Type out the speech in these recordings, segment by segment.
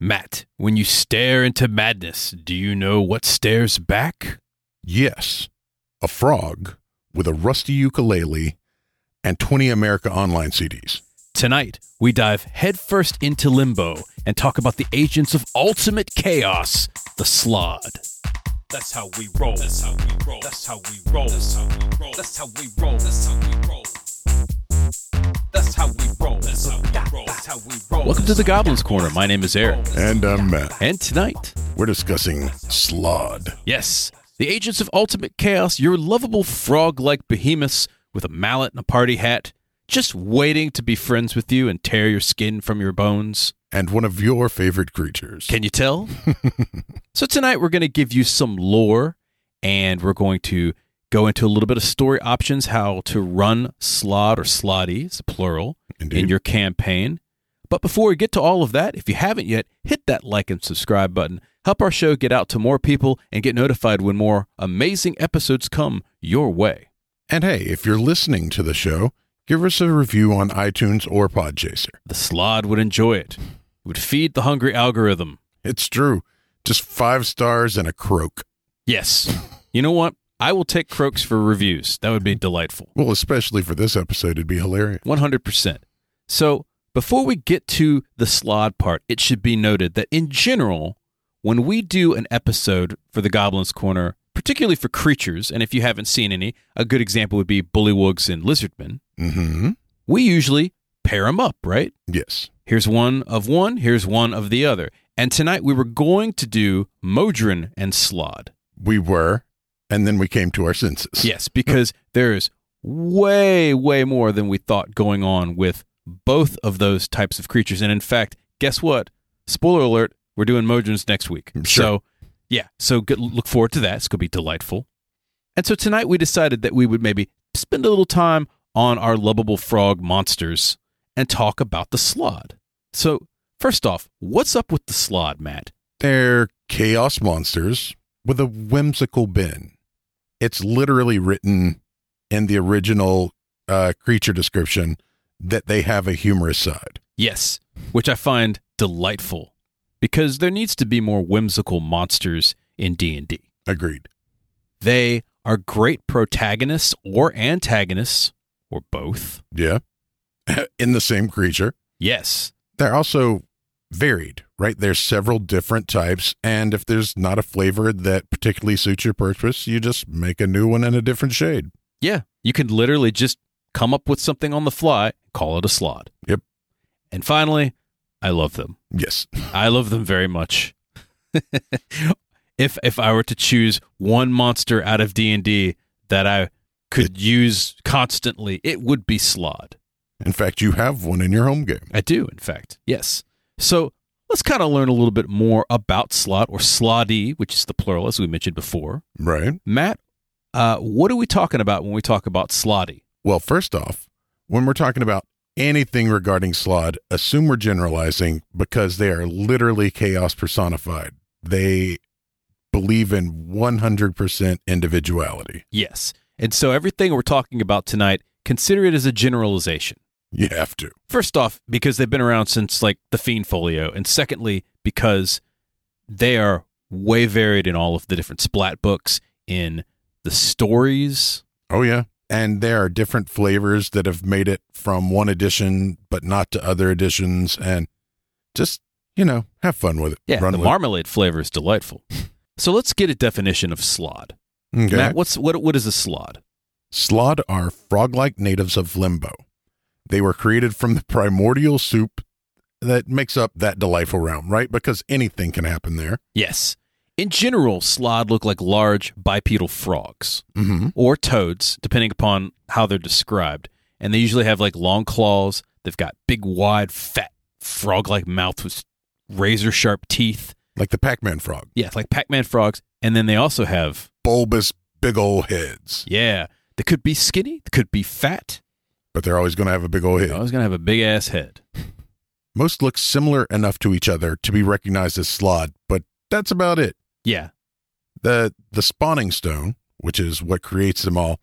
Matt, when you stare into madness, do you know what stares back? Yes, a frog with a rusty ukulele and 20 America Online CDs. Tonight, we dive headfirst into limbo and talk about the agents of ultimate chaos, the Slod. That's how we roll. That's how we roll. That's how we roll. That's how we roll. That's how we roll. That's how we roll. That's how we roll. That's how we roll. That's how we roll. Welcome to the Goblins Corner. My name is Eric. And I'm Matt. And tonight, We're discussing Slod. Yes, the agents of ultimate chaos, your lovable frog like behemoths with a mallet and a party hat, just waiting to be friends with you and tear your skin from your bones. And one of your favorite creatures. Can you tell? so, tonight we're going to give you some lore and we're going to go into a little bit of story options, how to run slot or slotties, plural, Indeed. in your campaign. But before we get to all of that, if you haven't yet, hit that like and subscribe button. Help our show get out to more people and get notified when more amazing episodes come your way. and hey, if you're listening to the show, give us a review on iTunes or Podchaser. The slod would enjoy it. It would feed the hungry algorithm. It's true. Just five stars and a croak. Yes. You know what? I will take croaks for reviews. That would be delightful. Well, especially for this episode, it'd be hilarious. 100%. So, before we get to the slod part, it should be noted that in general, when we do an episode for the Goblin's Corner, particularly for creatures, and if you haven't seen any, a good example would be bullywugs and lizardmen, Mm-hmm. we usually pair them up, right? Yes. Here's one of one, here's one of the other. And tonight we were going to do Modron and Slod. We were, and then we came to our senses. Yes, because there's way, way more than we thought going on with both of those types of creatures. And in fact, guess what? Spoiler alert, we're doing Modrons next week. Sure. So, yeah, so good, look forward to that. It's going to be delightful. And so tonight we decided that we would maybe spend a little time on our lovable frog monsters and talk about the slod. So, first off, what's up with the slod, Matt? They're chaos monsters with a whimsical bend. It's literally written in the original uh, creature description that they have a humorous side. Yes, which I find delightful because there needs to be more whimsical monsters in D&D. Agreed. They are great protagonists or antagonists or both. Yeah. in the same creature. Yes. They're also varied, right? There's several different types. And if there's not a flavor that particularly suits your purpose, you just make a new one in a different shade. Yeah, you can literally just come up with something on the fly, call it a slot. Yep. And finally, I love them. Yes. I love them very much. if if I were to choose one monster out of D&D that I could use constantly, it would be Slod. In fact, you have one in your home game. I do, in fact. Yes. So let's kind of learn a little bit more about slot or sloddy, which is the plural, as we mentioned before. Right. Matt, uh, what are we talking about when we talk about sloddy? Well, first off, when we're talking about anything regarding Slod, assume we're generalizing because they are literally chaos personified. They believe in 100% individuality. Yes. And so everything we're talking about tonight, consider it as a generalization. You have to. First off, because they've been around since like the Fiend Folio. And secondly, because they are way varied in all of the different splat books, in the stories, Oh yeah. And there are different flavors that have made it from one edition but not to other editions and just, you know, have fun with it. Yeah, Run the with marmalade flavor is delightful. So let's get a definition of slod. it. Okay. Matt, what's what what is a slod? Slod are frog-like natives of Limbo. They were created from the primordial soup that makes up that delightful realm, right? Because anything can happen there. Yes. In general, slod look like large bipedal frogs Mm-hmm. or toads, depending upon how they're described. And they usually have like long claws. They've got big, wide, fat, frog like mouth with razor sharp teeth. Like the Pac-Man frog. Yeah, like Pac Man frogs. And then they also have, Bulbous big old heads. yeah, they could be skinny, they could be fat. But they're always gonna have a big old head. I was going to have a big ass head. Most look similar enough to each other to be recognized as Slod, but that's about it. Yeah. the the spawning stone, which is what creates them all,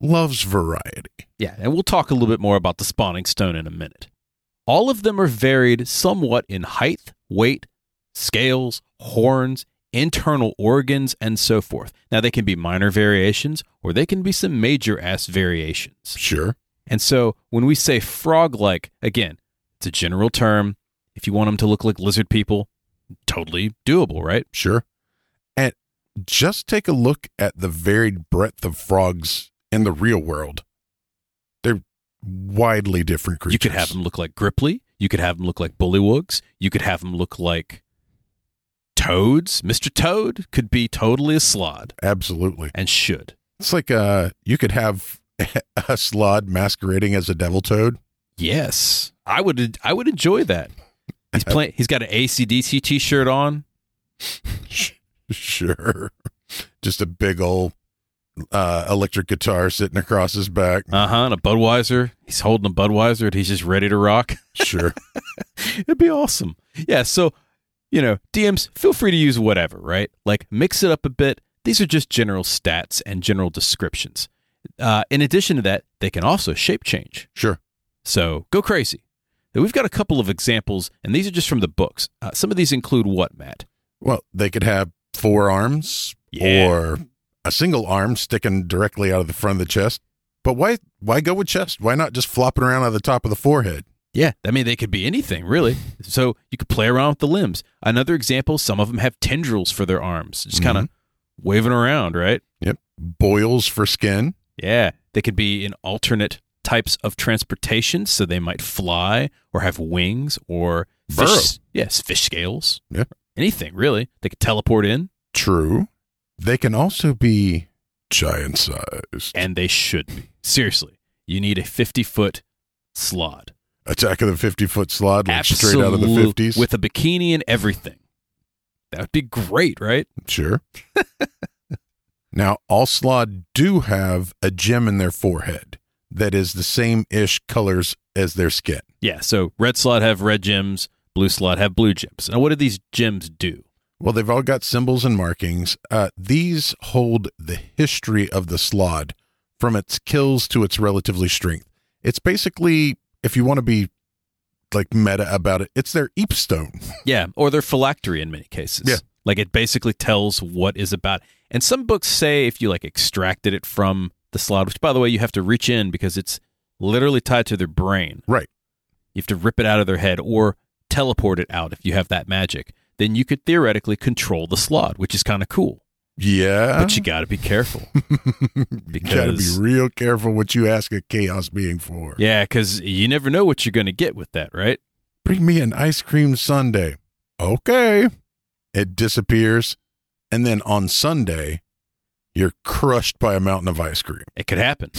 loves variety. Yeah, and we'll talk a little bit more about the spawning stone in a minute. All of them are varied somewhat in height, weight, scales, horns, internal organs, and so forth. Now, they can be minor variations or they can be some major ass variations. Sure. And so when we say frog like, again, it's a general term. If you want them to look like lizard people, totally doable, right? Sure. And just take a look at the varied breadth of frogs in the real world. They're widely different creatures. You could have them look like Gripply. You could have them look like Bullywugs. You could have them look like toads. Mr. Toad could be totally a slod Absolutely. and should. It's like uh you could have a slod masquerading as a devil toad. Yes, I would. I would enjoy that. He's playing. He's got an ACDC T-shirt on. Sure. Just a big old uh electric guitar sitting across his back. Uh huh. And a Budweiser. He's holding a Budweiser, and he's just ready to rock. Sure. It'd be awesome. Yeah. So, you know, DMs, feel free to use whatever, right? Like mix it up a bit. These are just general stats and general descriptions. Uh, in addition to that, they can also shape change. Sure. So go crazy. Now, We've got a couple of examples, and these are just from the books. Uh, some of these include what, Matt? Well, they could have four arms Yeah. or a single arm sticking directly out of the front of the chest. But why why go with chest? Why not just flopping around on the top of the forehead? Yeah, I mean, they could be anything, really. So you could play around with the limbs. Another example, some of them have tendrils for their arms, just kind of waving around, right? Boils for skin. Yeah. They could be in alternate types of transportation, so they might fly or have wings or Burrow. fish. Yes, fish scales. Yeah. Anything, really. They could teleport in, True. They can also be giant sized. and they should be. Seriously, you need a 50 foot slot. Attack of the 50 foot slide, like Absolute- straight out of the 50s. with a bikini and everything. That would be great, right? Sure. now, all Slod do have a gem in their forehead that is the same ish colors as their skin. Yeah. So red slot have red gems, blue slot have blue gems. Now, what do these gems do? Well, they've all got symbols and markings. Uh, these hold the history of the Slod from its kills to its relatively strength. It's basically, if you want to be like meta about it, it's their Eep Stone. Yeah, or their phylactery in many cases. Yeah. Like it basically tells what is about. And some books say if you like extracted it from the slot, which by the way you have to reach in because it's literally tied to their brain. Right. You have to rip it out of their head or teleport it out if you have that magic. Then you could theoretically control the slot, which is kind of cool. Yeah. But you got to be careful. you Oh. gotta be because- real careful what you ask a chaos being for. Yeah, because you never know what you're going to get with that, right? Bring me an ice cream sundae. Okay. It disappears. And then on Sunday, you're crushed by a mountain of ice cream. It could happen.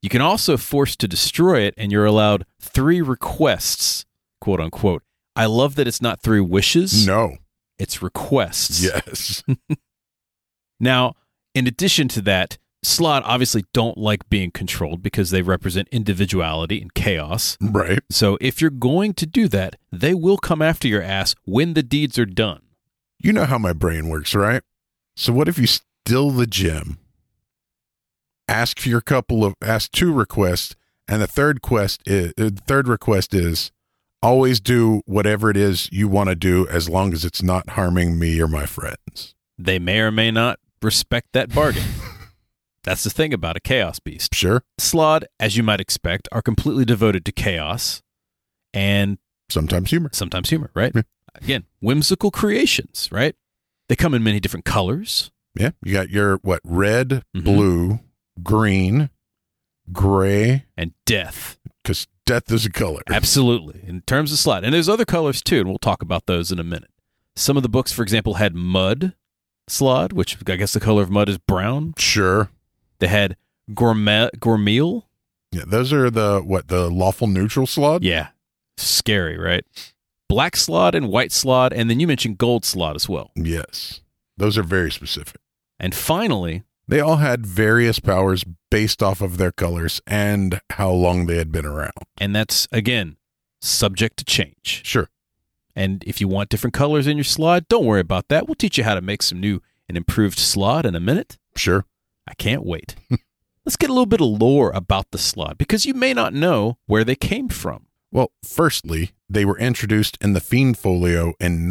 you can also force to destroy it, and you're allowed three requests, quote unquote. I love that it's not three wishes. No. It's requests. Yes. Now, in addition to that, Slot obviously don't like being controlled because they represent individuality and chaos. right. So if you're going to do that, they will come after your ass when the deeds are done. You know how my brain works, right? So what if you steal the gem? Ask for your couple of ask two requests, and the third quest is uh, the third request is always do whatever it is you want to do as long as it's not harming me or my friends. They may or may not respect that bargain. That's the thing about a chaos beast. Sure. Slod, as you might expect, are completely devoted to chaos and Sometimes humor. sometimes humor, right? Yeah. Again, whimsical creations, right? They come in many different colors. Yeah. You got your what? Red, Mhm. blue, green, gray, And death, because death is a color. absolutely, in terms of slot. And there's other colors too, and we'll talk about those in a minute. Some of the books, for example, had mud slod, which I guess the color of mud is brown. Sure. They had gourmet gourmeal. Yeah. Those are the what? The lawful neutral slot. Yeah, scary, right? Black slot and white slot, and then you mentioned gold slot as well. Yes. Those are very specific. And finally, They all had various powers based off of their colors and how long they had been around. and that's again subject to change. Sure. And if you want different colors in your slot, don't worry about that. We'll teach you how to make some new and improved slot in a minute. Sure. I can't wait. Let's get a little bit of lore about the slot because you may not know where they came from. Well, firstly, They were introduced in the Fiend Folio in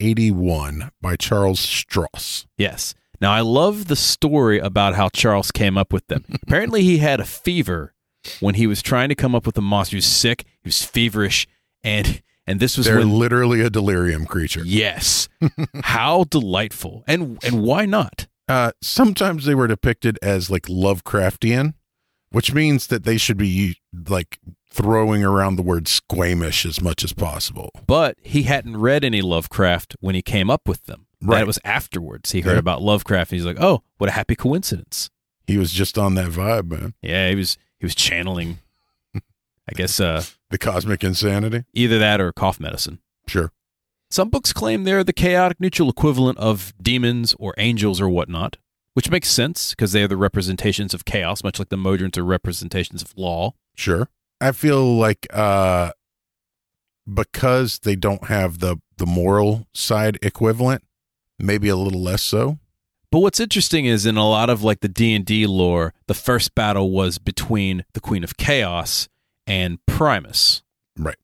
1981 by Charles Strauss. Yes. Now, I love the story about how Charles came up with them. Apparently, he had a fever when he was trying to come up with the monster. He was sick, he was feverish, and and this was They're when. literally a delirium creature. Yes. how delightful. And and why not? Uh, sometimes they were depicted as like Lovecraftian, which means that they should be like throwing around the word squamish as much as possible. But he hadn't read any Lovecraft when he came up with them. Right. That was afterwards. He heard Yeah. about Lovecraft and he's like, "Oh, what a happy coincidence." He was just on that vibe, man. Yeah, he was he was channeling I guess uh The cosmic insanity. either that or cough medicine. Sure. Some books claim they're the chaotic neutral equivalent of demons or angels or whatnot, which makes sense because they are the representations of chaos, much like the Modrons are representations of law. Sure. I feel like uh because they don't have the the moral side equivalent, maybe a little less so. But what's interesting is in a lot of like the D&D lore, the first battle was between the Queen of Chaos and Primus. Right.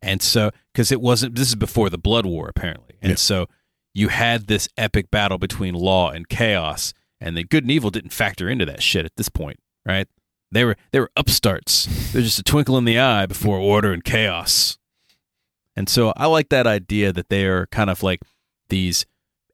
And so cuz it wasn't this is before the Blood War apparently. And Yeah. so you had this epic battle between law and chaos and the good and evil didn't factor into that shit at this point, right? They were they were upstarts. They're just a twinkle in the eye before order and chaos. And so I like that idea that they are kind of like these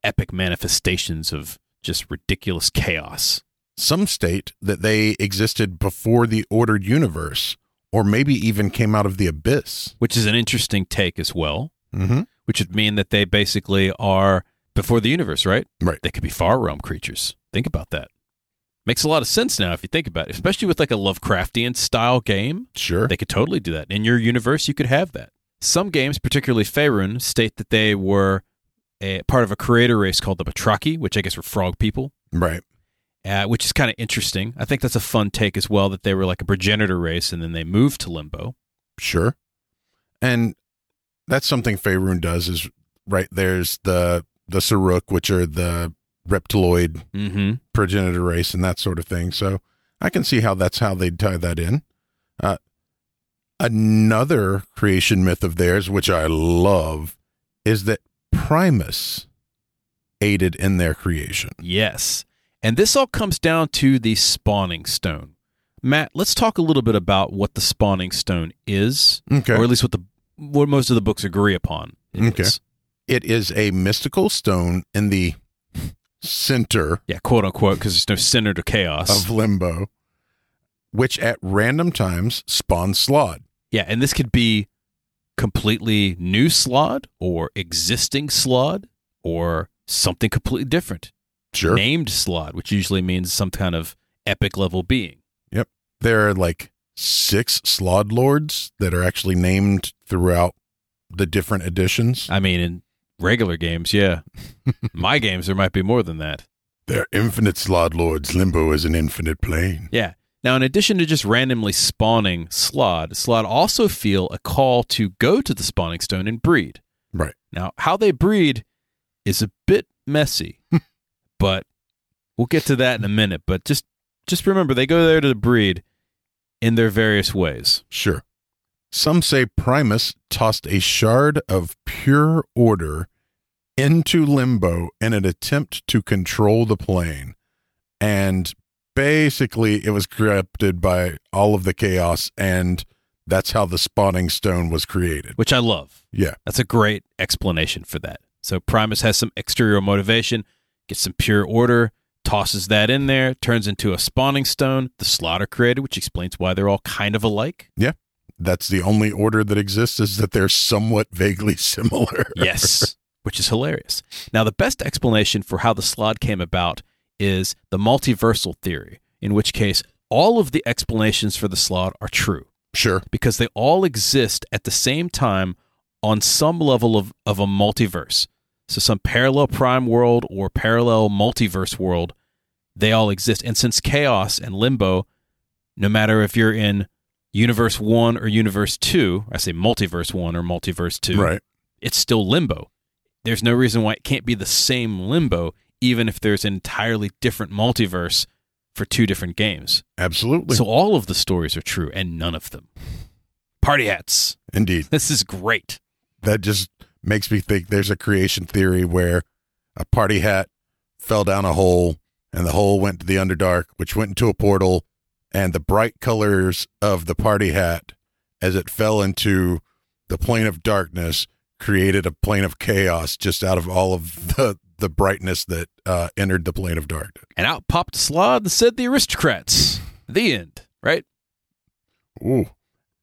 epic manifestations of just ridiculous chaos. Some state that they existed before the ordered universe or maybe even came out of the abyss. Which is an interesting take as well, Mhm. which would mean that they basically are before the universe, right? Right. They could be far realm creatures. Think about that. Makes a lot of sense now if you think about it, especially with like a Lovecraftian style game. Sure. They could totally do that. In your universe, you could have that. Some games, particularly Faerun, state that they were a, part of a creator race called the Batraki, which I guess were frog people. right. uh, which is kind of interesting. I think that's a fun take as well that they were like a progenitor race and then they moved to limbo. Sure. And that's something Faerun does is right there's the the Saruk, which are the reptiloid Mm-hmm. progenitor race and that sort of thing. So I can see how that's how they'd tie that in. Uh, another creation myth of theirs, which I love, is that Primus aided in their creation. Yes. And this all comes down to the spawning stone. Matt, let's talk a little bit about what the spawning stone is, Okay. or at least what the what most of the books agree upon. it Okay. is. it is a mystical stone in the center Yeah, quote unquote, because there's no center to chaos. of limbo, which at random times spawns Slod. yeah, and this could be completely new slod or existing slod or something completely different. Sure. named slot, which usually means some kind of epic level being. there are like six slod lords that are actually named throughout the different editions. I mean, in regular games, yeah. My games, there might be more than that. They're infinite slod lords. Limbo is an infinite plane. Yeah. Now, in addition to just randomly spawning Slod, Slod also feel a call to go to the spawning stone and breed. Right. Now, how they breed is a bit messy, but we'll get to that in a minute. But just just remember, they go there to breed in their various ways. Sure. Some say Primus tossed a shard of pure order into limbo in an attempt to control the plane. And basically, it was corrupted by all of the chaos, and that's how the spawning stone was created. which I love. Yeah. That's a great explanation for that. So Primus has some exterior motivation, gets some pure order, tosses that in there, turns into a spawning stone. The slaughter created, which explains why they're all kind of alike. that's the only order that exists is that they're somewhat vaguely similar. Yes. which is hilarious. Now, the best explanation for how the slod came about is the multiversal theory, in which case all of the explanations for the slod are true. Sure. because they all exist at the same time on some level of, of a multiverse. So, some parallel prime world or parallel multiverse world, they all exist. And since chaos and limbo, no matter if you're in universe one or universe two, I say multiverse one or multiverse two, Right. it's still limbo. There's no reason why it can't be the same limbo, even if there's an entirely different multiverse for two different games. Absolutely. So all of the stories are true and none of them. Party hats. Indeed. This is great. That just makes me think there's a creation theory where a party hat fell down a hole and the hole went to the Underdark, which went into a portal, and the bright colors of the party hat as it fell into the plane of darkness created a plane of chaos just out of all of the the brightness that uh, entered the plane of darkness. And out popped Slod and said the aristocrats. The end, right? Ooh,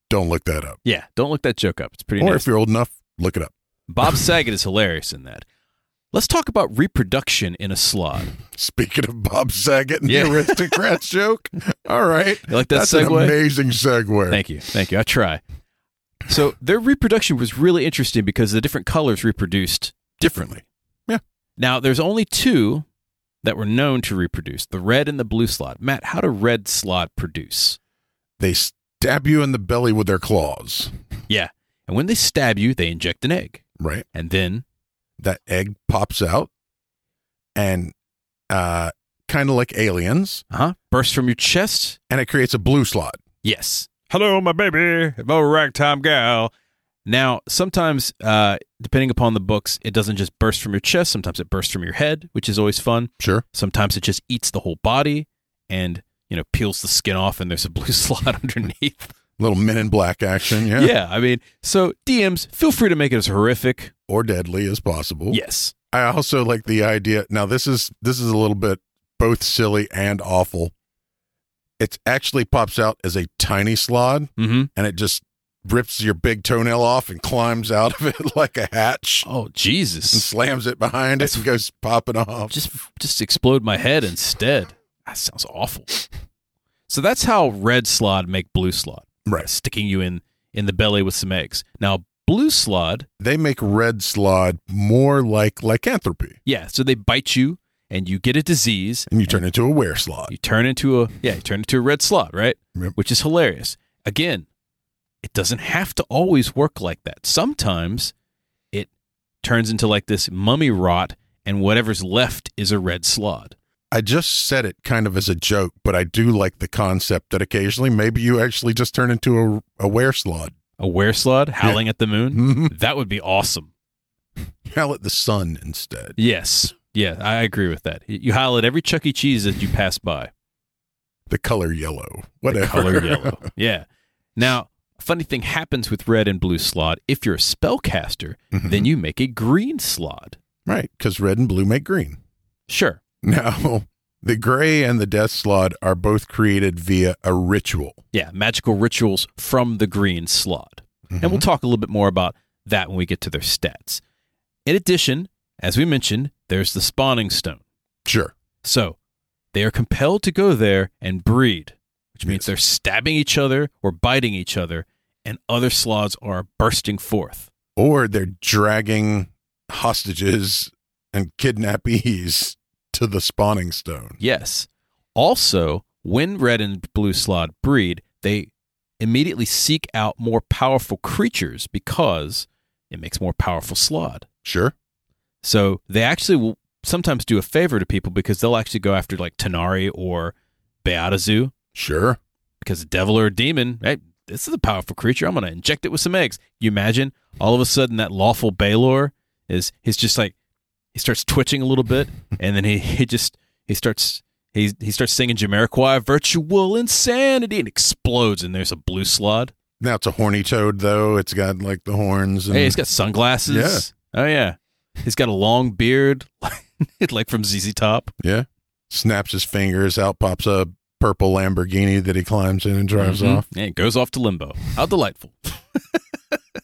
don't look that up. Yeah, don't look that joke up. It's pretty or nice. if you're old enough, look it up. Bob Saget is hilarious in that. Let's talk about reproduction in a slod. Speaking of Bob Saget and Yeah. the aristocrats joke, all right, You like that that's an segue? amazing segue. Thank you. Thank you. I try. So their reproduction was really interesting because the different colors reproduced differently. Yeah. Now there's only two that were known to reproduce, the red and the blue slot. Matt, how do red slot produce? They stab you in the belly with their claws, Yeah. And when they stab you, they inject an egg. right? And then That egg pops out, and uh, kind of like aliens, uh-huh, bursts from your chest. and it creates a blue slot. Yes. Hello, my baby. I'm a ragtime gal. Now, sometimes, uh, depending upon the books, it doesn't just burst from your chest. Sometimes it bursts from your head, which is always fun. Sure, Sometimes it just eats the whole body and you know peels the skin off, and there's a blue slot underneath. little Men in Black action, yeah, Yeah. I mean, so DMs, feel free to make it as horrific. or deadly as possible. Yes, I also like the idea. Now this is this is a little bit both silly and awful. It actually pops out as a tiny slod, mm-hmm. and it just rips your big toenail off and climbs out of it like a hatch Oh and Jesus! slams it behind it and goes popping off. Just just explode my head instead. That sounds awful. So that's how red slot make blue slot, Right. sticking you in in the belly with some eggs. Now blue slot, They make red slod more like lycanthropy, yeah. So they bite you and you get a disease, and you turn into a wear slod. You turn into a yeah, you turn into a red slot, right? Yep. Which is hilarious. Again, it doesn't have to always work like that. Sometimes it turns into like this mummy rot, and whatever's left is a red slot. I just said it kind of as a joke, but I do like the concept that occasionally maybe you actually just turn into a, a wear slod. A were slot howling at the moon. Mhm. That would be awesome. Howl at the sun instead. Yes. Yeah, I agree with that. You howl at every Chuck E. Cheese that you pass by. the color yellow, The whatever. color yellow. Yeah. Now, a funny thing happens with red and blue slot. If you're a spellcaster, Mhm. then you make a green slot. right, because red and blue make green. Sure. Now, the gray and the death slot are both created via a ritual. Yeah, magical rituals from the green slot. And we'll talk a little bit more about that when we get to their stats. In addition, as we mentioned, there's the spawning stone. Sure, So they are compelled to go there and breed, which means Yes. they're stabbing each other or biting each other, and other sloths are bursting forth. or they're dragging hostages and kidnappees to the spawning stone. Yes. Also, when red and blue slot breed, they immediately seek out more powerful creatures because it makes more powerful slod. Sure, So they actually will sometimes do a favor to people because they'll actually go after like Tanari or Beatazu sure. because a devil or a demon, hey, this is a powerful creature. I'm going to inject it with some eggs. You imagine all of a sudden that lawful Baylor is, he's just like, he starts twitching a little bit and then he, he just, he starts, he, he starts singing Jamiroquai, Virtual Insanity, and explodes and there's a blue slod. Now it's a horny toad, though. It's got like the horns. And Hey, he's got sunglasses. Oh, yeah. He's got a long beard, like from ZZ Top. snaps his fingers. Out pops a purple Lamborghini that he climbs in and drives Mhm. off. Yeah, it goes off to limbo. How delightful.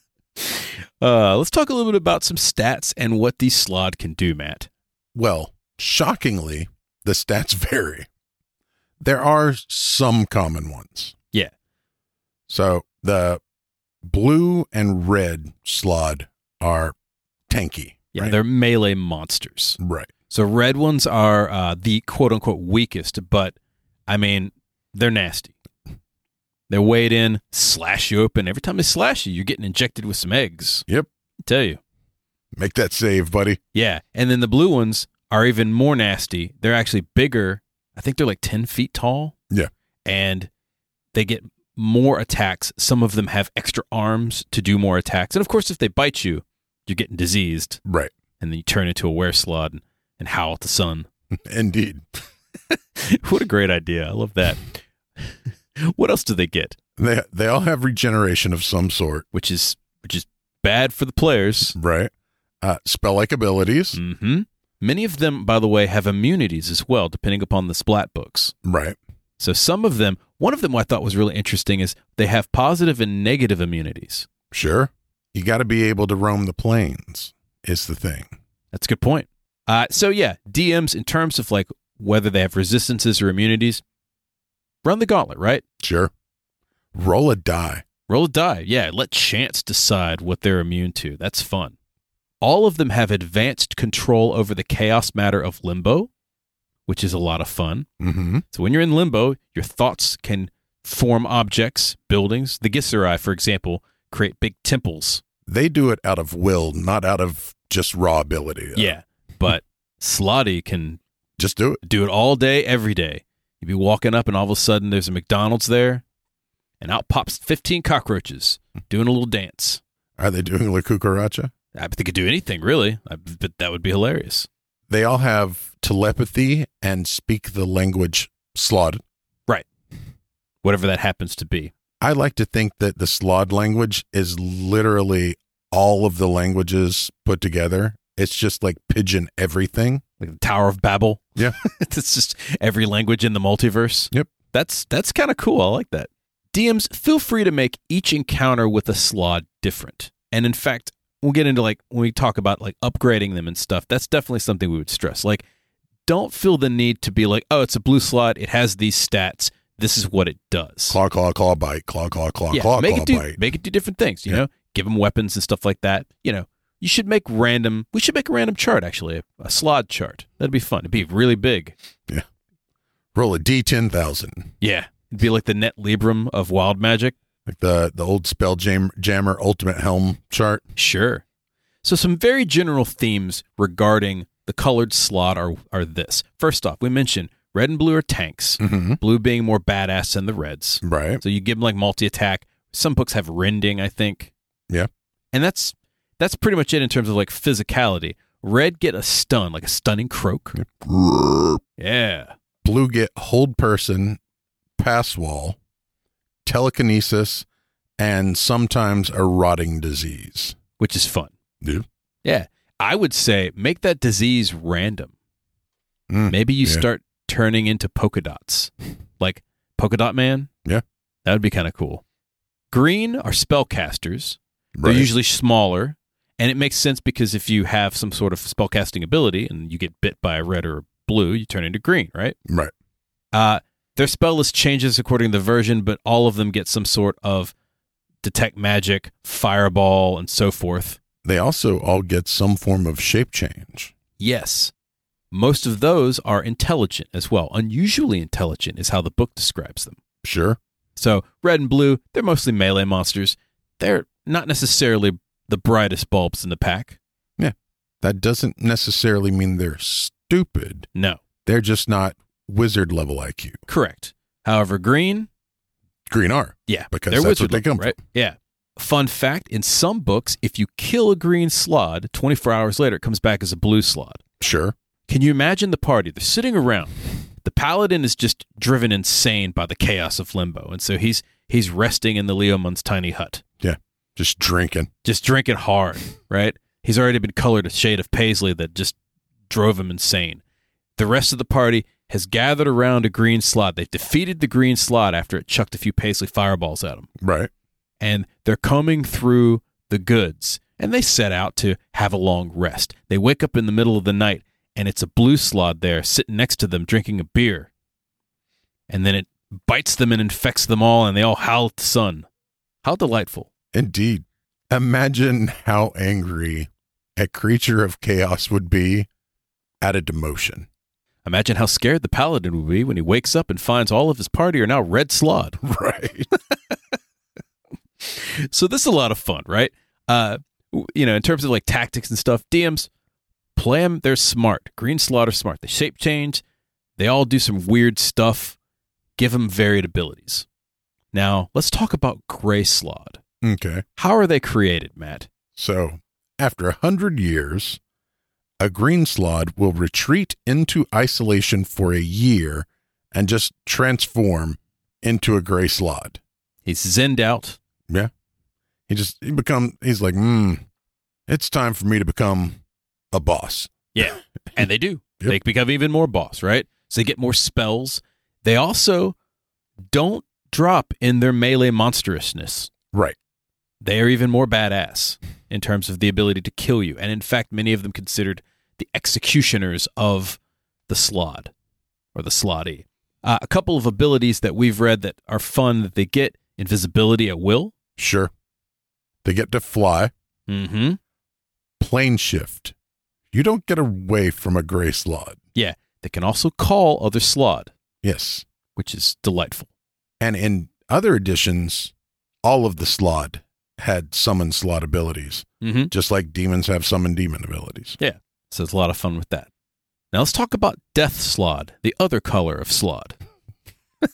uh, let's talk a little bit about some stats and what these slod can do, Matt. Well, shockingly, the stats vary. There are some common ones. Yeah. So the blue and red slod are tanky. Yeah, right? they're melee monsters. right. So red ones are uh, the quote unquote weakest, but I mean, they're nasty. They're weighed in, slash you open. Every time they slash you, you're getting injected with some eggs. Yep. tell you. Make that save, buddy. Yeah. And then the blue ones are even more nasty. They're actually bigger. I think they're like 10 feet tall. Yeah. And they get more attacks. Some of them have extra arms to do more attacks. And of course, if they bite you, you're getting diseased, Right. and then you turn into a werslod and, and howl at the sun. Indeed. what a great idea! I love that. what else do they get? They they all have regeneration of some sort, Which is which is bad for the players. right? Uh, spell like abilities, hmm Many of them, by the way, have immunities as well, depending upon the splat books. right? So some of them, one of them I thought was really interesting is they have positive and negative immunities. Sure. You got to be able to roam the plains. Is the thing. That's a good point. Uh, so yeah, DMs in terms of like whether they have resistances or immunities, run the gauntlet, right? Sure. Roll a die. Roll a die. Yeah, let chance decide what they're immune to. That's fun. All of them have advanced control over the chaos matter of limbo, which is a lot of fun. Mm-hmm. So when you're in limbo, your thoughts can form objects, buildings. The Gissari, for example, create big temples They do it out of will, not out of just raw ability. though. Yeah. But Slotty can Just do it. do it all day, every day. You'd be walking up, and all of a sudden, there's a McDonald's there, and out pops 15 cockroaches doing a little dance. Are they doing La Cucaracha? I think they could do anything, really, I, but that would be hilarious. They all have telepathy and speak the language slod. Whatever that happens to be. I like to think that the slod language is literally all of the languages put together. It's just like pigeon everything. Like the Tower of Babel. Yeah. it's just every language in the multiverse. Yep. That's that's kind of cool. I like that. DMs, feel free to make each encounter with a slod different. And in fact, we'll get into like when we talk about like upgrading them and stuff. That's definitely something we would stress. Like, don't feel the need to be like, oh, it's a blue slot. It has these stats. This is what it does. Claw, claw, claw, bite. Claw, claw, claw, claw, make claw, it do bite. make it do different things. You Yeah. know, give them weapons and stuff like that. You know, you should make random. We should make a random chart actually, a, a slot chart. That'd be fun. It'd be really big. Roll a D ten thousand. Yeah, it'd be like the net librum of wild magic. Like the the old spell jam, jammer ultimate helm chart. Sure. So some very general themes regarding the colored slot are are this. First off, we mentioned red and blue are tanks. Mm-hmm. Blue being more badass than the reds. Right. So you give them like multi attack. Some books have rending, I think. Yeah. And that's that's pretty much it in terms of like physicality. Red get a stun, like a stunning croak. Yeah. Blue get hold person, pass wall, telekinesis, and sometimes a rotting disease. Which is fun. Yeah. Yeah. I would say make that disease random. Mm, Maybe you yeah. start turning into polka dots. Like polka dot man. Yeah. That would be kind of cool. Green are spellcasters. They're Right. usually smaller, and it makes sense because if you have some sort of spellcasting ability and you get bit by a red or a blue, you turn into green, right? right. Uh, their spell list changes according to the version, but all of them get some sort of detect magic, fireball, and so forth. They also all get some form of shape change. Yes. Most of those are intelligent as well. Unusually intelligent is how the book describes them. Sure. So, red and blue, they're mostly melee monsters. They're not necessarily the brightest bulbs in the pack. That doesn't necessarily mean they're stupid. No. They're just not wizard level IQ. Correct. However, green, Green R. yeah, Because they're that's what wizard they come right? Yeah. Fun fact: in some books, if you kill a green slod, 24 hours later it comes back as a blue slod. Sure. Can you imagine the party? They're sitting around. The paladin is just driven insane by the chaos of limbo, and so he's he's resting in the Leomon's tiny hut, Just drinking. just drinking hard. Right? He's already been colored a shade of paisley that just drove him insane. The rest of the party has gathered around a green slot. They've defeated the green slot after it chucked a few paisley fireballs at him Right. and they're coming through the goods and they set out to have a long rest. They wake up in the middle of the night and it's a blue slod there sitting next to them drinking a beer. And then it bites them and infects them all and they all howl at the sun. How delightful. Indeed. Imagine how angry a creature of chaos would be at a demotion. Imagine how scared the paladin will be when he wakes up and finds all of his party are now red slod. Right. So this is a lot of fun, right? Uh, w- you know, in terms of like tactics and stuff, DMs play them. They're smart. Green slot are smart. They shape change. They all do some weird stuff. Give them varied abilities. Now, let's talk about Grey Slod. Okay. How are they created, Matt? So, after a hundred years, a green slod will retreat into isolation for a year and just transform into a gray slod. He's zenned out. He just he become he's like, hmm, it's time for me to become a boss. Yeah. And they do. Yep. They become even more boss, right? So they get more spells. They also don't drop in their melee monstrousness. Right. They are even more badass in terms of the ability to kill you. And in fact, many of them considered the executioners of the Slod or the Slotty. Uh, a couple of abilities that we've read that are fun that they get invisibility at will. Sure. They get to fly, Mm hmm. plane shift. You don't get away from a gray slod. They can also call other Slod, Yes. which is delightful. And in other editions, all of the slot had summon slot abilities, Mm hmm. just like demons have summon demon abilities. So it's a lot of fun with that. Now let's talk about Death Slod, the other color of Slod.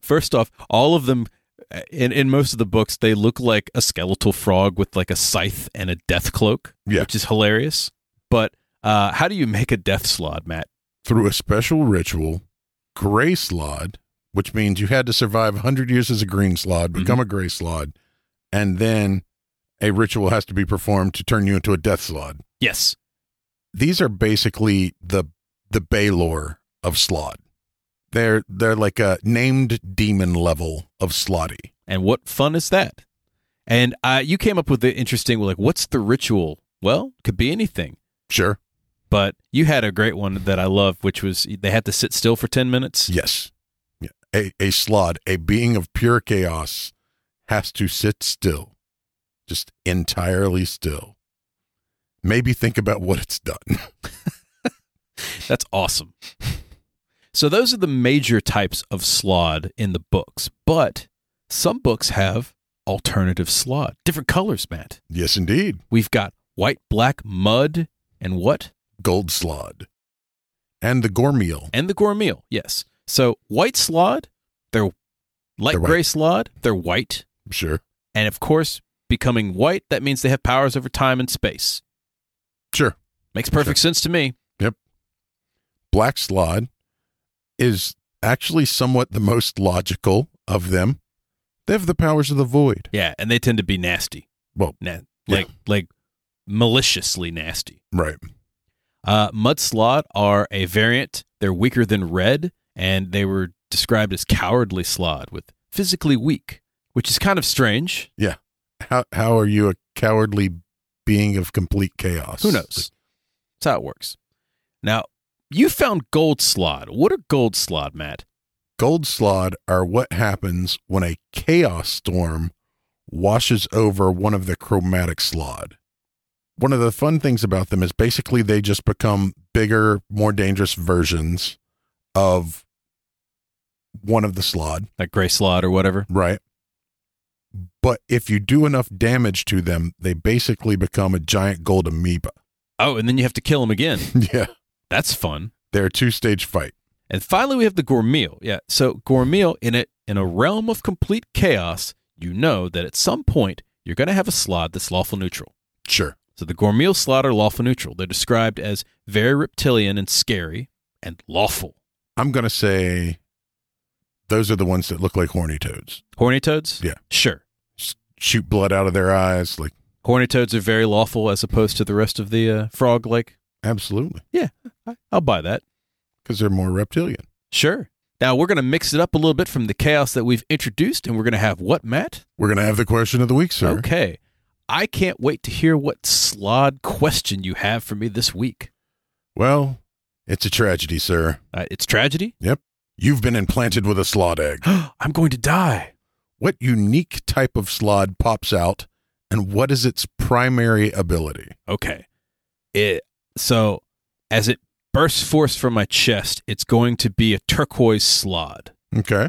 First off, all of them uh, in in most of the books they look like a skeletal frog with like a scythe and a death cloak, Yeah. which is hilarious. But uh, how do you make a Death Slod, Matt? Through a special ritual, gray slot, which means you had to survive 100 years as a green slot, become a gray slot, and then a ritual has to be performed to turn you into a death slot. Yes, These are basically the the Baylor of slot. They're they're like a named demon level of slotty. and what fun is that? And uh, you came up with the interesting, like, what's the ritual? Well, could be anything. Sure. But you had a great one that I love, which was they had to sit still for ten minutes. Yes. Yeah. A, a slod, a being of pure chaos, has to sit still, just entirely still. Maybe think about what it's done. That's awesome. So those are the major types of slod in the books, but some books have alternative slod, different colors, Matt. yes, indeed. We've got white, black, mud, and what? Gold slod. And the Gormeel. And the gourmet. Yes. So white slod, they're light They're white. gray slod, they're white, Sure. and of course, becoming white that means they have powers over time and space. Sure. Makes perfect sense to me. Black slod is actually somewhat the most logical of them. They have the powers of the void. Yeah, and they tend to be nasty. Well, Na- yeah. like like maliciously nasty. Right. Uh, Mudslot are a variant. They're weaker than red, and they were described as cowardly slod with physically weak, which is kind of strange. How, how are you a cowardly being of complete chaos? Who knows? That's how it works. Now, you found gold slod. What are gold slod, Matt? Gold slod are what happens when a chaos storm washes over one of the chromatic slod. One of the fun things about them is basically they just become bigger, more dangerous versions of one of the slod, Like gray slod or whatever. right? But if you do enough damage to them, they basically become a giant gold amoeba. Oh, and then you have to kill him again. yeah. That's fun. They're a two stage fight. And finally, we have the Gormil. Yeah. So Gormil, in a in a realm of complete chaos, you know that at some point you're going to have a slod that's lawful neutral. Sure. So the Gormil slot are lawful neutral. They're described as very reptilian and scary and lawful. I'm going to say those are the ones that look like horny toads. Horny toads? Yeah. Sure. shoot blood out of their eyes. Like, Horny toads are very lawful as opposed to the rest of the uh, frog like. absolutely. I- I'll buy that. Because they're more reptilian. Sure. Now we're going to mix it up a little bit from the chaos that we've introduced and we're going to have what, Matt? We're going to have the question of the week, sir. Okay. I can't wait to hear what slod question you have for me this week. Well, it's a tragedy, sir. Uh, it's tragedy. You've been implanted with a slot egg. I'm going to die. What unique type of slot pops out, and what is its primary ability? Okay. It so as it bursts forth from my chest, it's going to be a turquoise slod. Okay.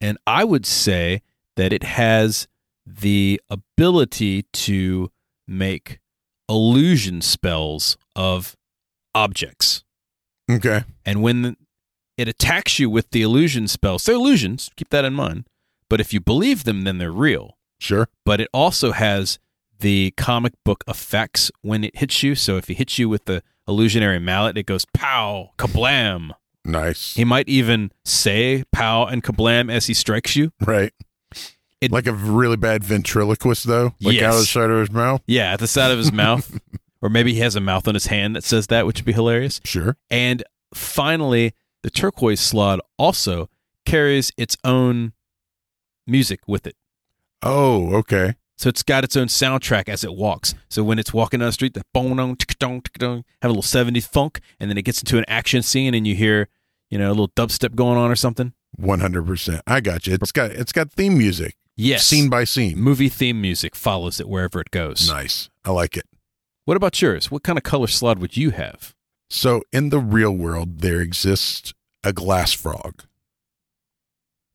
And I would say that it has the ability to make illusion spells of objects. Okay. And when it attacks you with the illusion spells. They're illusions, keep that in mind. But if you believe them, then they're real. Sure. But it also has the comic book effects when it hits you. So if he hits you with the illusionary mallet, it goes pow, kablam. Nice. He might even say pow and kablam as he strikes you. right. It- like a really bad ventriloquist, though. Like out of the Yes. side of his mouth. Yeah, at the side of his mouth. Or maybe he has a mouth on his hand that says that, which would be hilarious. Sure. And finally, the turquoise slot also carries its own music with it. Oh, okay. So it's got its own soundtrack as it walks. So when it's walking down the street, the bong dong tick dong tick dong, have a little 70s funk, and then it gets into an action scene and you hear, you know, a little dubstep going on or something. One hundred percent. I got you. It's got it's got theme music, Yes. scene by scene. Movie theme music follows it wherever it goes. Nice. I like it. What about yours? What kind of color slot would you have? So in the real world, there exists a glass frog,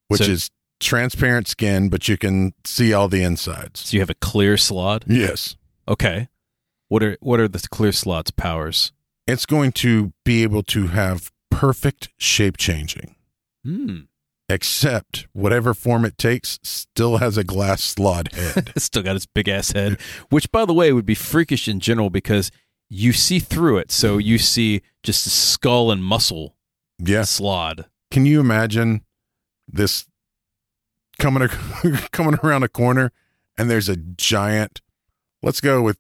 which So- is transparent skin, but you can see all the insides. So you have a clear slot? Yes. Okay. What are what are the clear slot's powers? It's going to be able to have perfect shape changing, Hmm. except whatever form it takes still has a glass slot head. It's still got its big ass head, which by the way would be freakish in general because you see through it. So you see just a skull and muscle yeah. slod. Can you imagine this coming ac- coming around a corner and there's a giant let's go with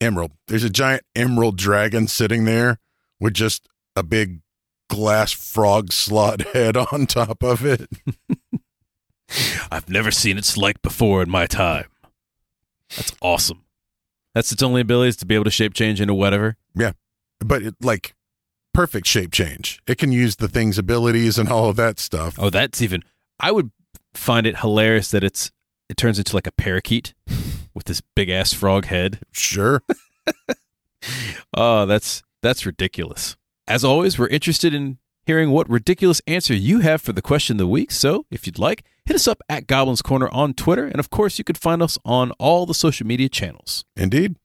emerald. There's a giant emerald dragon sitting there with just a big glass frog slot head on top of it. I've never seen its like before in my time. That's awesome. That's its only ability is to be able to shape change into whatever. But it, like perfect shape change. It can use the thing's abilities and all of that stuff. Oh, that's even. I would find it hilarious that it's it turns into like a parakeet with this big ass frog head. Sure. Oh, that's that's ridiculous. As always, we're interested in hearing what ridiculous answer you have for the question of the week. So, if you'd like, hit us up at Goblins Corner on Twitter, and of course, you can find us on all the social media channels. Indeed.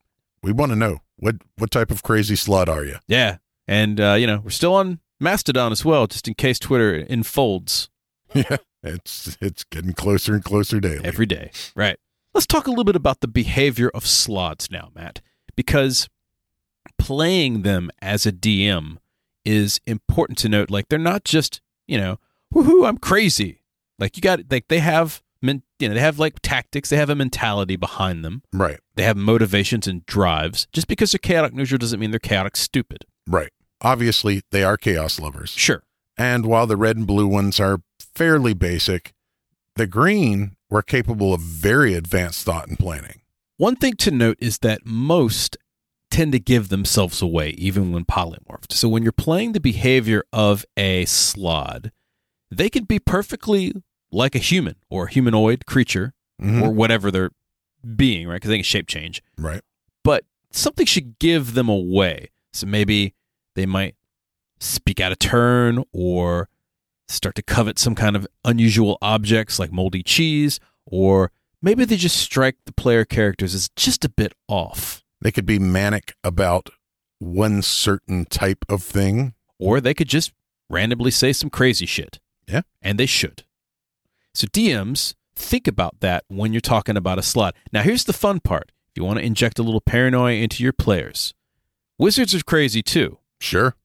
We want to know what what type of crazy slot are you? Yeah, and uh, you know, we're still on Mastodon as well, just in case Twitter enfolds Yeah. It's it's getting closer and closer daily. every day. Right. Let's talk a little bit about the behavior of slots now, Matt, because playing them as a DM is important to note. Like they're not just you know, woohoo, I'm crazy. Like you got like they have men, you know they have like tactics, they have a mentality behind them, right. they have motivations and drives. Just because they're chaotic neutral doesn't mean they're chaotic stupid. Right. Obviously, they are chaos lovers. Sure. And while the red and blue ones are fairly basic, the green were capable of very advanced thought and planning. One thing to note is that most tend to give themselves away, even when polymorphed. So when you're playing the behavior of a slod, they could be perfectly like a human or a humanoid creature Mm-hmm. or whatever they're being, right? Because they can shape change Right. but something should give them away. So maybe they might speak out of turn or start to covet some kind of unusual objects like moldy cheese, or maybe they just strike the player characters as just a bit off. They could be manic about one certain type of thing. Or they could just randomly say some crazy shit. Yeah. And they should. So, DMs, think about that when you're talking about a slot. Now, here's the fun part if you want to inject a little paranoia into your players, wizards are crazy too. Sure.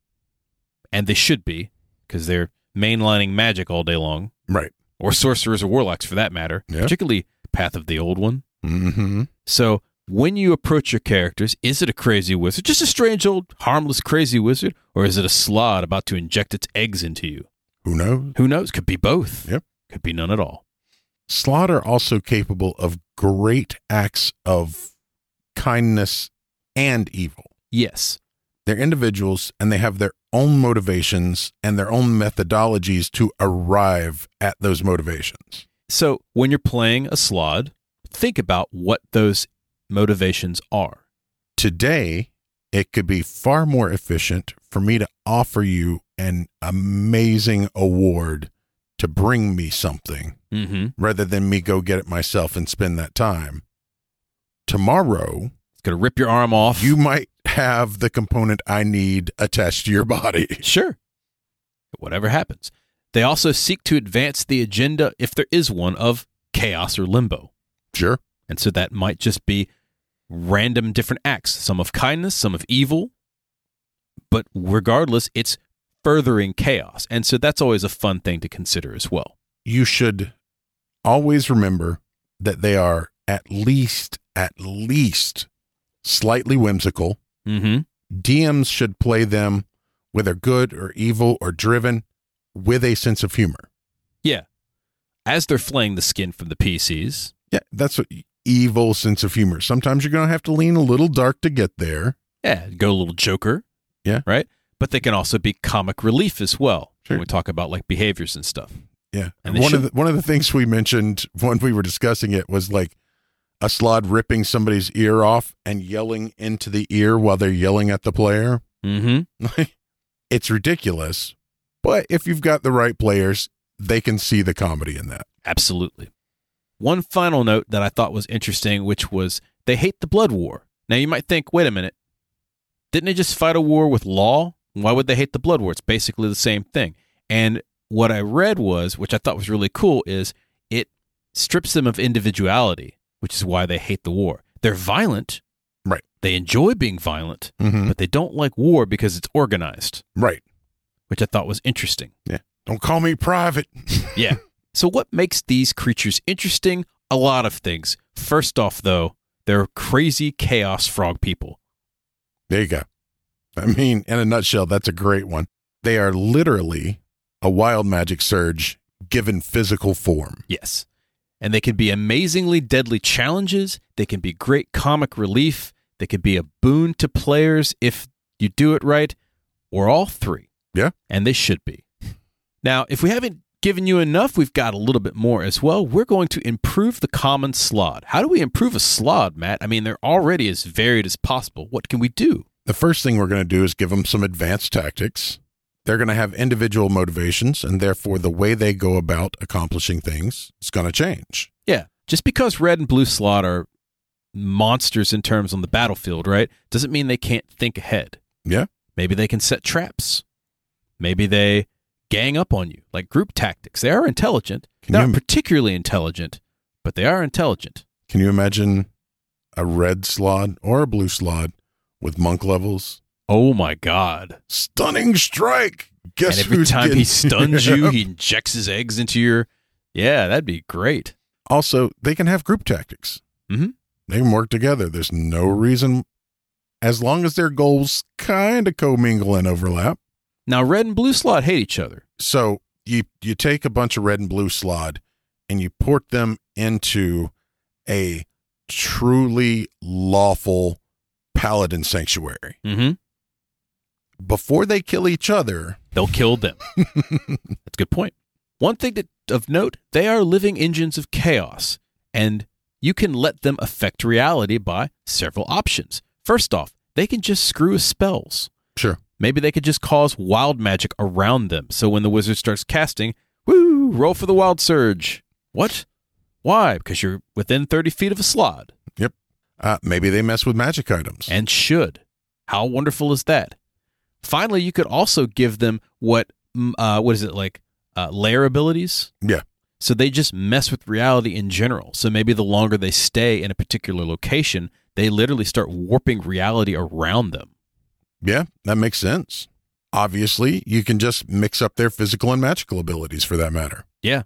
and they should be because they're mainlining magic all day long, Right. or sorcerers or warlocks for that matter, Yeah. particularly Path of the Old One. hmm So when you approach your characters, is it a crazy wizard, just a strange old harmless crazy wizard, or is it a slod about to inject its eggs into you? Who knows? Who knows? Could be both. Yep. Could be none at all. Slot are also capable of great acts of kindness and evil. Yes. They're individuals and they have their own motivations and their own methodologies to arrive at those motivations. So when you're playing a slod, think about what those motivations are. Today, it could be far more efficient for me to offer you an amazing award to bring me something Mm-hmm. rather than me go get it myself and spend that time. Tomorrow, It's gonna rip your arm off. you might have the component I need attached to your body. Sure. whatever happens. They also seek to advance the agenda, if there is one, of chaos or limbo. Sure. And so that might just be random different acts, some of kindness, some of evil. But regardless, it's furthering chaos. And so that's always a fun thing to consider as well. You should always remember that they are at least, at least slightly whimsical. Mm-hmm. DMs should play them, whether good or evil or driven, with a sense of humor. As they're flaying the skin from the PCs, Yeah, that's what evil sense of humor. Sometimes you're going to have to lean a little dark to get there. yeah, go a little Joker. Yeah. Right? But they can also be comic relief as well Sure. when we talk about like behaviors and stuff. Yeah. And they one of should- the one of the things we mentioned when we were discussing it was like a slod ripping somebody's ear off and yelling into the ear while they're yelling at the player. Mm-hmm. it's ridiculous, but if you've got the right players, they can see the comedy in that. Absolutely. One final note that I thought was interesting, which was they hate the blood war. Now you might think, wait a minute, didn't they just fight a war with law? Why would they hate the blood war? It's basically the same thing. And what I read was, which I thought was really cool, is it strips them of individuality, which is why they hate the war. They're violent. Right. They enjoy being violent, Mm-hmm. but they don't like war because it's organized, Right. which I thought was interesting. Don't call me private. So, what makes these creatures interesting? A lot of things. First off, though, they're crazy chaos frog people. There you go. I mean, in a nutshell, that's a great one. They are literally a wild magic surge given physical form. Yes. And they can be amazingly deadly challenges. They can be great comic relief. They can be a boon to players if you do it right, or all three. Yeah. And they should be. Now, if we haven't given you enough, we've got a little bit more as well. We're going to improve the common slot. How do we improve a slot, Matt? I mean, they're already as varied as possible. What can we do? The first thing we're going to do is give them some advanced tactics. They're going to have individual motivations, and therefore the way they go about accomplishing things is going to change. Yeah. Just because red and blue slot are monsters in terms on the battlefield, right? Doesn't mean they can't think ahead. Yeah. Maybe they can set traps. Maybe they gang up on you, like group tactics. They are intelligent. Can Not you- particularly intelligent, but they are intelligent. Can you imagine a red slot or a blue slot with monk levels? Oh my god. Stunning strike! Guess and every who's time getting- he stuns you, he injects his eggs into your Yeah, that'd be great. also they can have group tactics. Mhm. They can work together. There's no reason, as long as their goals kind of commingle and overlap. Now red and blue slot hate each other. so you you take a bunch of red and blue slod and you port them into a truly lawful paladin sanctuary Mm-hmm. before they kill each other They'll kill them. That's a good point. One thing that, of note, they are living engines of chaos, and you can let them affect reality by several options. First off, they can just screw with spells. sure Maybe they could just cause wild magic around them, so when the wizard starts casting, woo, roll for the wild surge. What? Why? Because you're within 30 feet of a slot uh, maybe they mess with magic items and should. How wonderful is that? Finally, you could also give them what mm, uh, what is it like uh, layer abilities? Yeah. So they just mess with reality in general. So maybe the longer they stay in a particular location, they literally start warping reality around them. yeah that makes sense obviously you can just mix up their physical and magical abilities for that matter Yeah.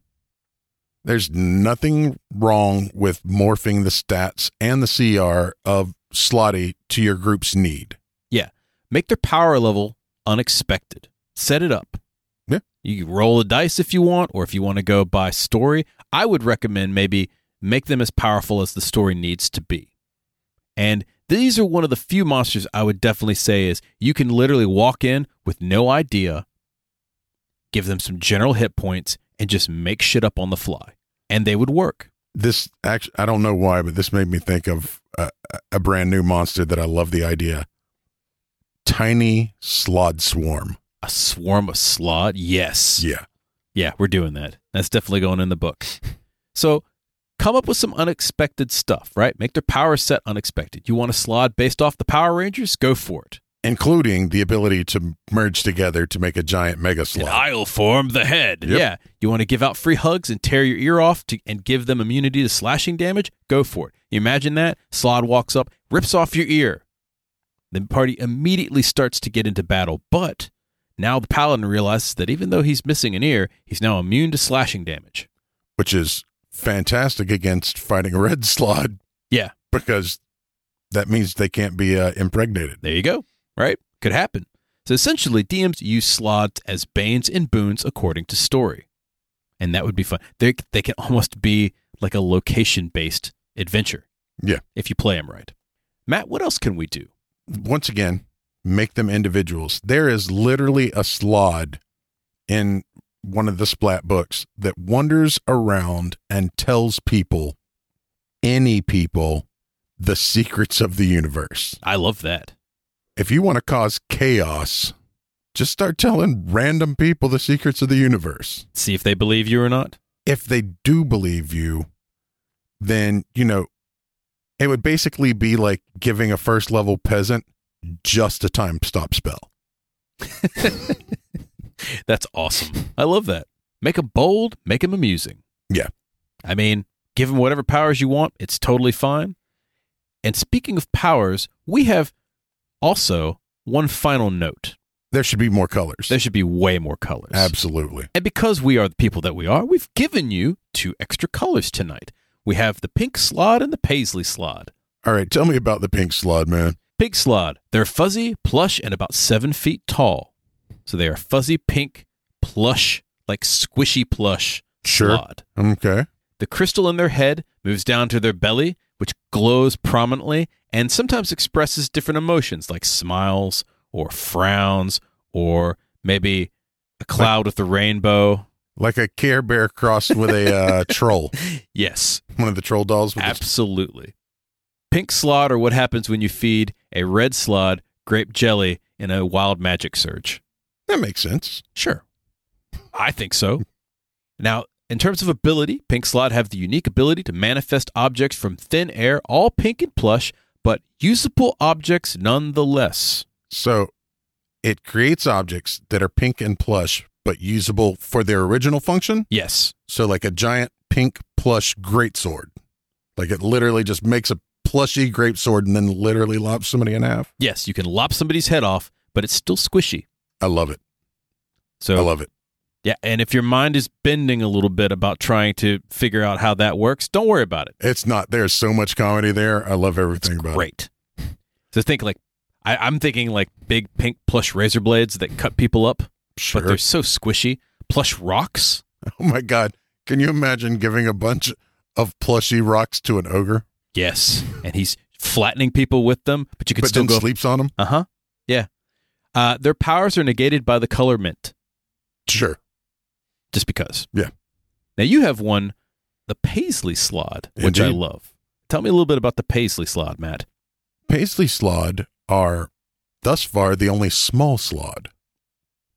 there's nothing wrong with morphing the stats and the cr of slotty to your group's need Make their power level unexpected. Set it up. Yeah. You can roll a dice if you want, or if you want to go by story. I would recommend maybe make them as powerful as the story needs to be. And these are one of the few monsters I would definitely say is you can literally walk in with no idea, give them some general hit points, and just make shit up on the fly. And they would work. this actually i don't know why but this made me think of a, a brand new monster that i love the idea tiny slod swarm A swarm of slot, yes. yeah Yeah, we're doing that. That's definitely going in the book. So come up with some unexpected stuff, right? Make their power set unexpected. You want a slot based off the Power Rangers? Go for it. including the ability to merge together to make a giant mega And slot. I'll form the head. Yep. Yeah. You want to give out free hugs and tear your ear off to, and give them immunity to slashing damage? Go for it. You imagine that? Slod walks up, rips off your ear. The party immediately starts to get into battle, but now the paladin realizes that even though he's missing an ear, he's now immune to slashing damage. which is fantastic against fighting a red slod. Yeah. Because that means they can't be uh, impregnated. There you go. Right? Could happen. So essentially, DMs use slots as banes and boons according to story, and that would be fun. They they can almost be like a location based adventure. Yeah. if you play them right. Matt, what else can we do? Once again, make them individuals. There is literally a slod in one of the splat books that wanders around and tells people, any people, the secrets of the universe. I love that. If you want to cause chaos, just start telling random people the secrets of the universe. See if they believe you or not. if they do believe you, then, you know, it would basically be like giving a first level peasant just a time stop spell. That's awesome. I love that. Make them bold. Make them amusing. Yeah. I mean, give them whatever powers you want. It's totally fine. And speaking of powers, we have also one final note. There should be more colors. There should be way more colors. Absolutely. And because we are the people that we are, we've given you two extra colors tonight. We have the pink slod and the paisley slod. All right. Tell me about the pink slot, man. Pink slod, they're fuzzy, plush, and about seven feet tall. So they are fuzzy, pink, plush, like squishy plush Sure. slod. Okay. The crystal in their head moves down to their belly, which glows prominently and sometimes expresses different emotions like smiles or frowns or maybe a cloud with the rainbow. Like a Care Bear crossed with a uh, troll. Yes, One of the troll dolls. With the- absolutely. Pink slod are what happens when you feed a red slod grape jelly in a wild magic surge. that makes sense. Sure. I think so. Now, in terms of ability, Pink Slot have the unique ability to manifest objects from thin air, all pink and plush, but usable objects nonetheless. So it creates objects that are pink and plush, but usable for their original function. Yes. So like a giant pink plush greatsword. Like it literally just makes a plushy grape sword and then literally lops somebody in half. Yes, you can lop somebody's head off, but it's still squishy. I love it. So I love it. yeah, and if your mind is bending a little bit about trying to figure out how that works, don't worry about it. It's not there's so much comedy there. I love everything about it. Great. So think like I, I'm thinking like big pink plush razor blades that cut people up, but Sure. they're so squishy. Plush rocks. Oh my god. Can you imagine giving a bunch of plushy rocks to an ogre Yes, and he's flattening people with them, but you can but still then go. sleeps on them? Uh huh. Yeah. Uh, their powers are negated by the color mint, Sure. just because. Yeah. Now you have one, the paisley slod, which I Indeed. love. Tell me a little bit about the paisley slod, Matt. Paisley Slod are thus far the only small slod.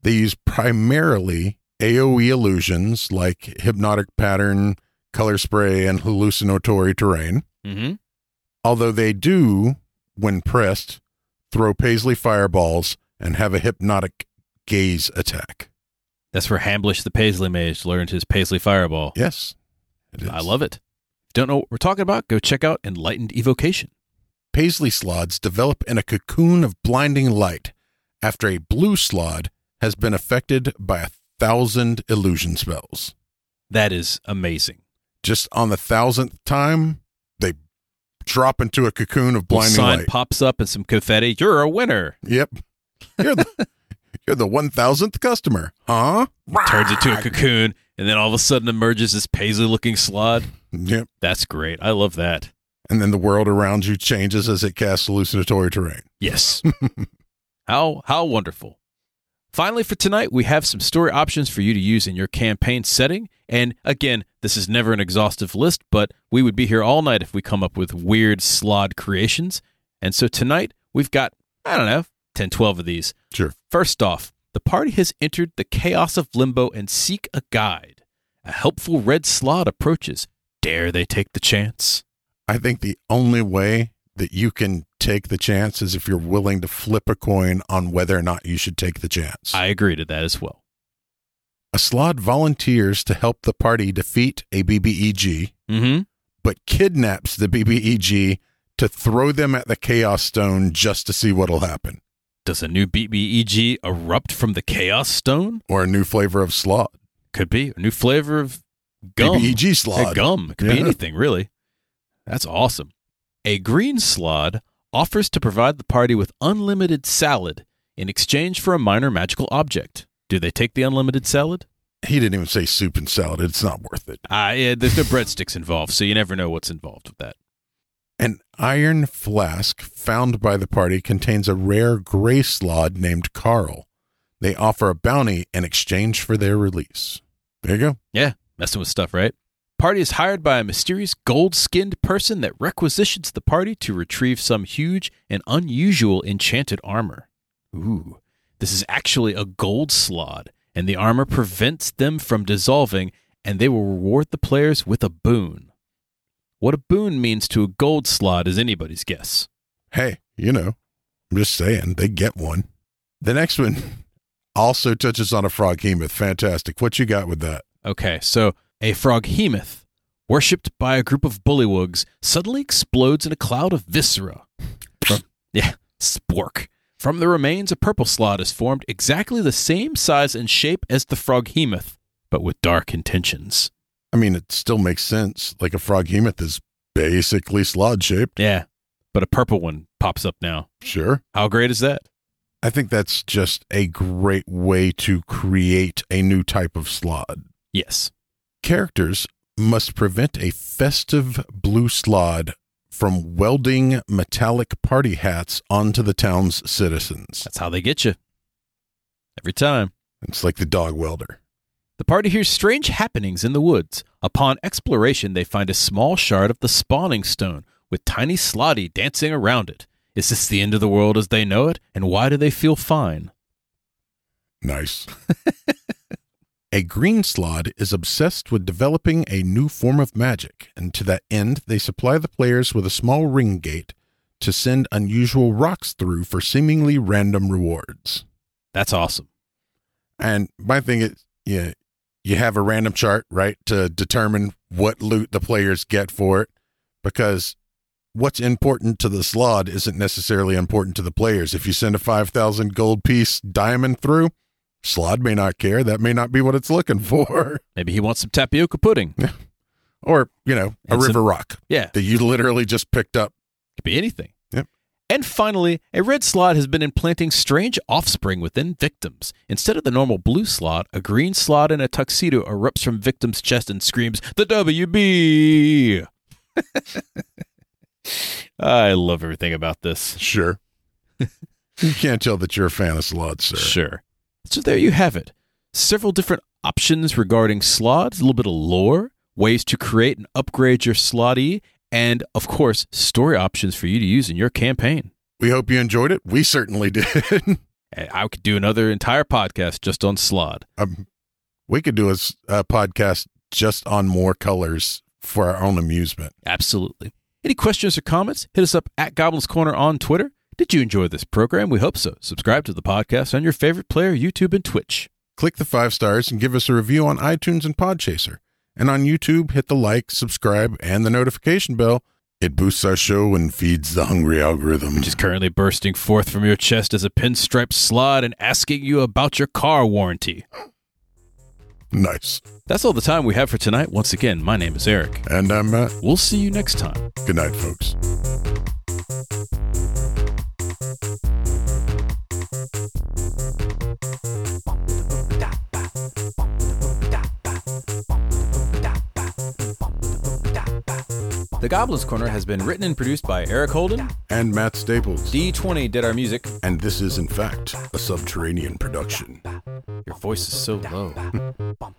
They use primarily AoE illusions like hypnotic pattern, color spray, and hallucinatory terrain, Mm-hmm. although they do, when pressed, throw Paisley fireballs and have a hypnotic gaze attack. That's where Hamblish the paisley mage learned his paisley fireball. Yes. it is. I love it. Don't know what we're talking about? Go check out Enlightened Evocation. Paisley slods develop in a cocoon of blinding light after a blue slod has been affected by a thousand illusion spells. That is amazing. just on the thousandth time, they drop into a cocoon of Little blinding sign light. pops up and some confetti. You're a winner. Yep. You're the, you're the one thousandth customer, huh? Turns into a cocoon, and then all of a sudden emerges this paisley looking slod. Yep. That's great. I love that. And then the world around you changes as it casts hallucinatory terrain. Yes. how how wonderful. Finally for tonight, we have some story options for you to use in your campaign setting. And again, this is never an exhaustive list, but we would be here all night if we come up with weird slod creations. And so tonight, we've got I don't know, 10 12 of these. Sure. First off, the party has entered the chaos of limbo and seek a guide. A helpful red slod approaches. Dare they take the chance? I think the only way that you can take the chance is if you're willing to flip a coin on whether or not you should take the chance. I agree to that as well. a slod volunteers to help the party defeat a BBEG, Mm-hmm. but kidnaps the BBEG to throw them at the Chaos Stone just to see what'll happen, Does a new BBEG erupt from the Chaos Stone? or a new flavor of slot. Could be a new flavor of gum. BBEG A slod. gum. It could be Yeah. anything, really. That's awesome. A green slod offers to provide the party with unlimited salad in exchange for a minor magical object. Do they take the unlimited salad? He didn't even say soup and salad. It's not worth it. Uh, yeah, there's no breadsticks involved, so you never know what's involved with that. An iron flask found by the party contains a rare gray slod named Carl. They offer a bounty in exchange for their release. There you go. Yeah, messing with stuff, right? Party is hired by a mysterious gold skinned person that requisitions the party to retrieve some huge and unusual enchanted armor. Ooh, this is actually a gold slod, and the armor prevents them from dissolving, and they will reward the players with a boon. What a boon means to a gold slod is anybody's guess. hey, you know, I'm just saying they get one. The next one also touches on a frog hemoth. Fantastic. What you got with that? Okay, so a frog hemoth, worshipped by a group of bullywugs, suddenly explodes in a cloud of viscera. From- yeah, spork. From the remains, a purple slot is formed exactly the same size and shape as the frog hemoth, but with dark intentions. I mean, it still makes sense. Like a frog hemoth is basically slod shaped. Yeah, but a purple one pops up now. Sure. How great is that? I think that's just a great way to create a new type of slod. Yes. Characters must prevent a festive blue slod from welding metallic party hats onto the town's citizens. That's how they get you. Every time. It's like the dog welder. The party hears strange happenings in the woods. Upon exploration, they find a small shard of the spawning stone, with tiny Slotty dancing around it. Is this the end of the world as they know it? And why do they feel fine? Nice. a green slod is obsessed with developing a new form of magic, and to that end, they supply the players with a small ring gate to send unusual rocks through for seemingly random rewards. That's awesome. And my thing is, yeah, you have a random chart, right, to determine what loot the players get for it, because what's important to the slot isn't necessarily important to the players. If you send a 5,000 gold piece diamond through, slot may not care. That may not be what it's looking for. Maybe he wants some tapioca pudding. Or, you know, a It's a- river rock Yeah, that you literally just picked up. could be anything. Yep. And finally, a red slot has been implanting strange offspring within victims. Instead of the normal blue slot, a green slot in a tuxedo erupts from victim's chest and screams, The WB! I love everything about this. Sure. you can't tell that you're a fan of slots, sir. Sure. So there you have it. Several different options regarding slots, a little bit of lore, ways to create and upgrade your slotty, and of course, story options for you to use in your campaign. We hope you enjoyed it. We certainly did. And I could do another entire podcast just on slot. um, we could do a, s- a podcast just on more colors for our own amusement. Absolutely. Any questions or comments? Hit us up at Goblins Corner on Twitter. Did you enjoy this program? We hope so. Subscribe to the podcast on your favorite player, YouTube, and Twitch. Click the five stars and give us a review on iTunes and Podchaser. And on YouTube, hit the like, subscribe, and the notification bell. It boosts our show and feeds the hungry algorithm. Which is currently bursting forth from your chest as a pinstripe slot and asking you about your car warranty. nice. That's all the time we have for tonight. Once again, my name is Eric. And I'm Matt. We'll see you next time. Good night, folks. The Goblins Corner has been written and produced by Eric Holden. And Matt Staples. D20 did our music. and this is, in fact, a subterranean production. Your voice is so low. Bum,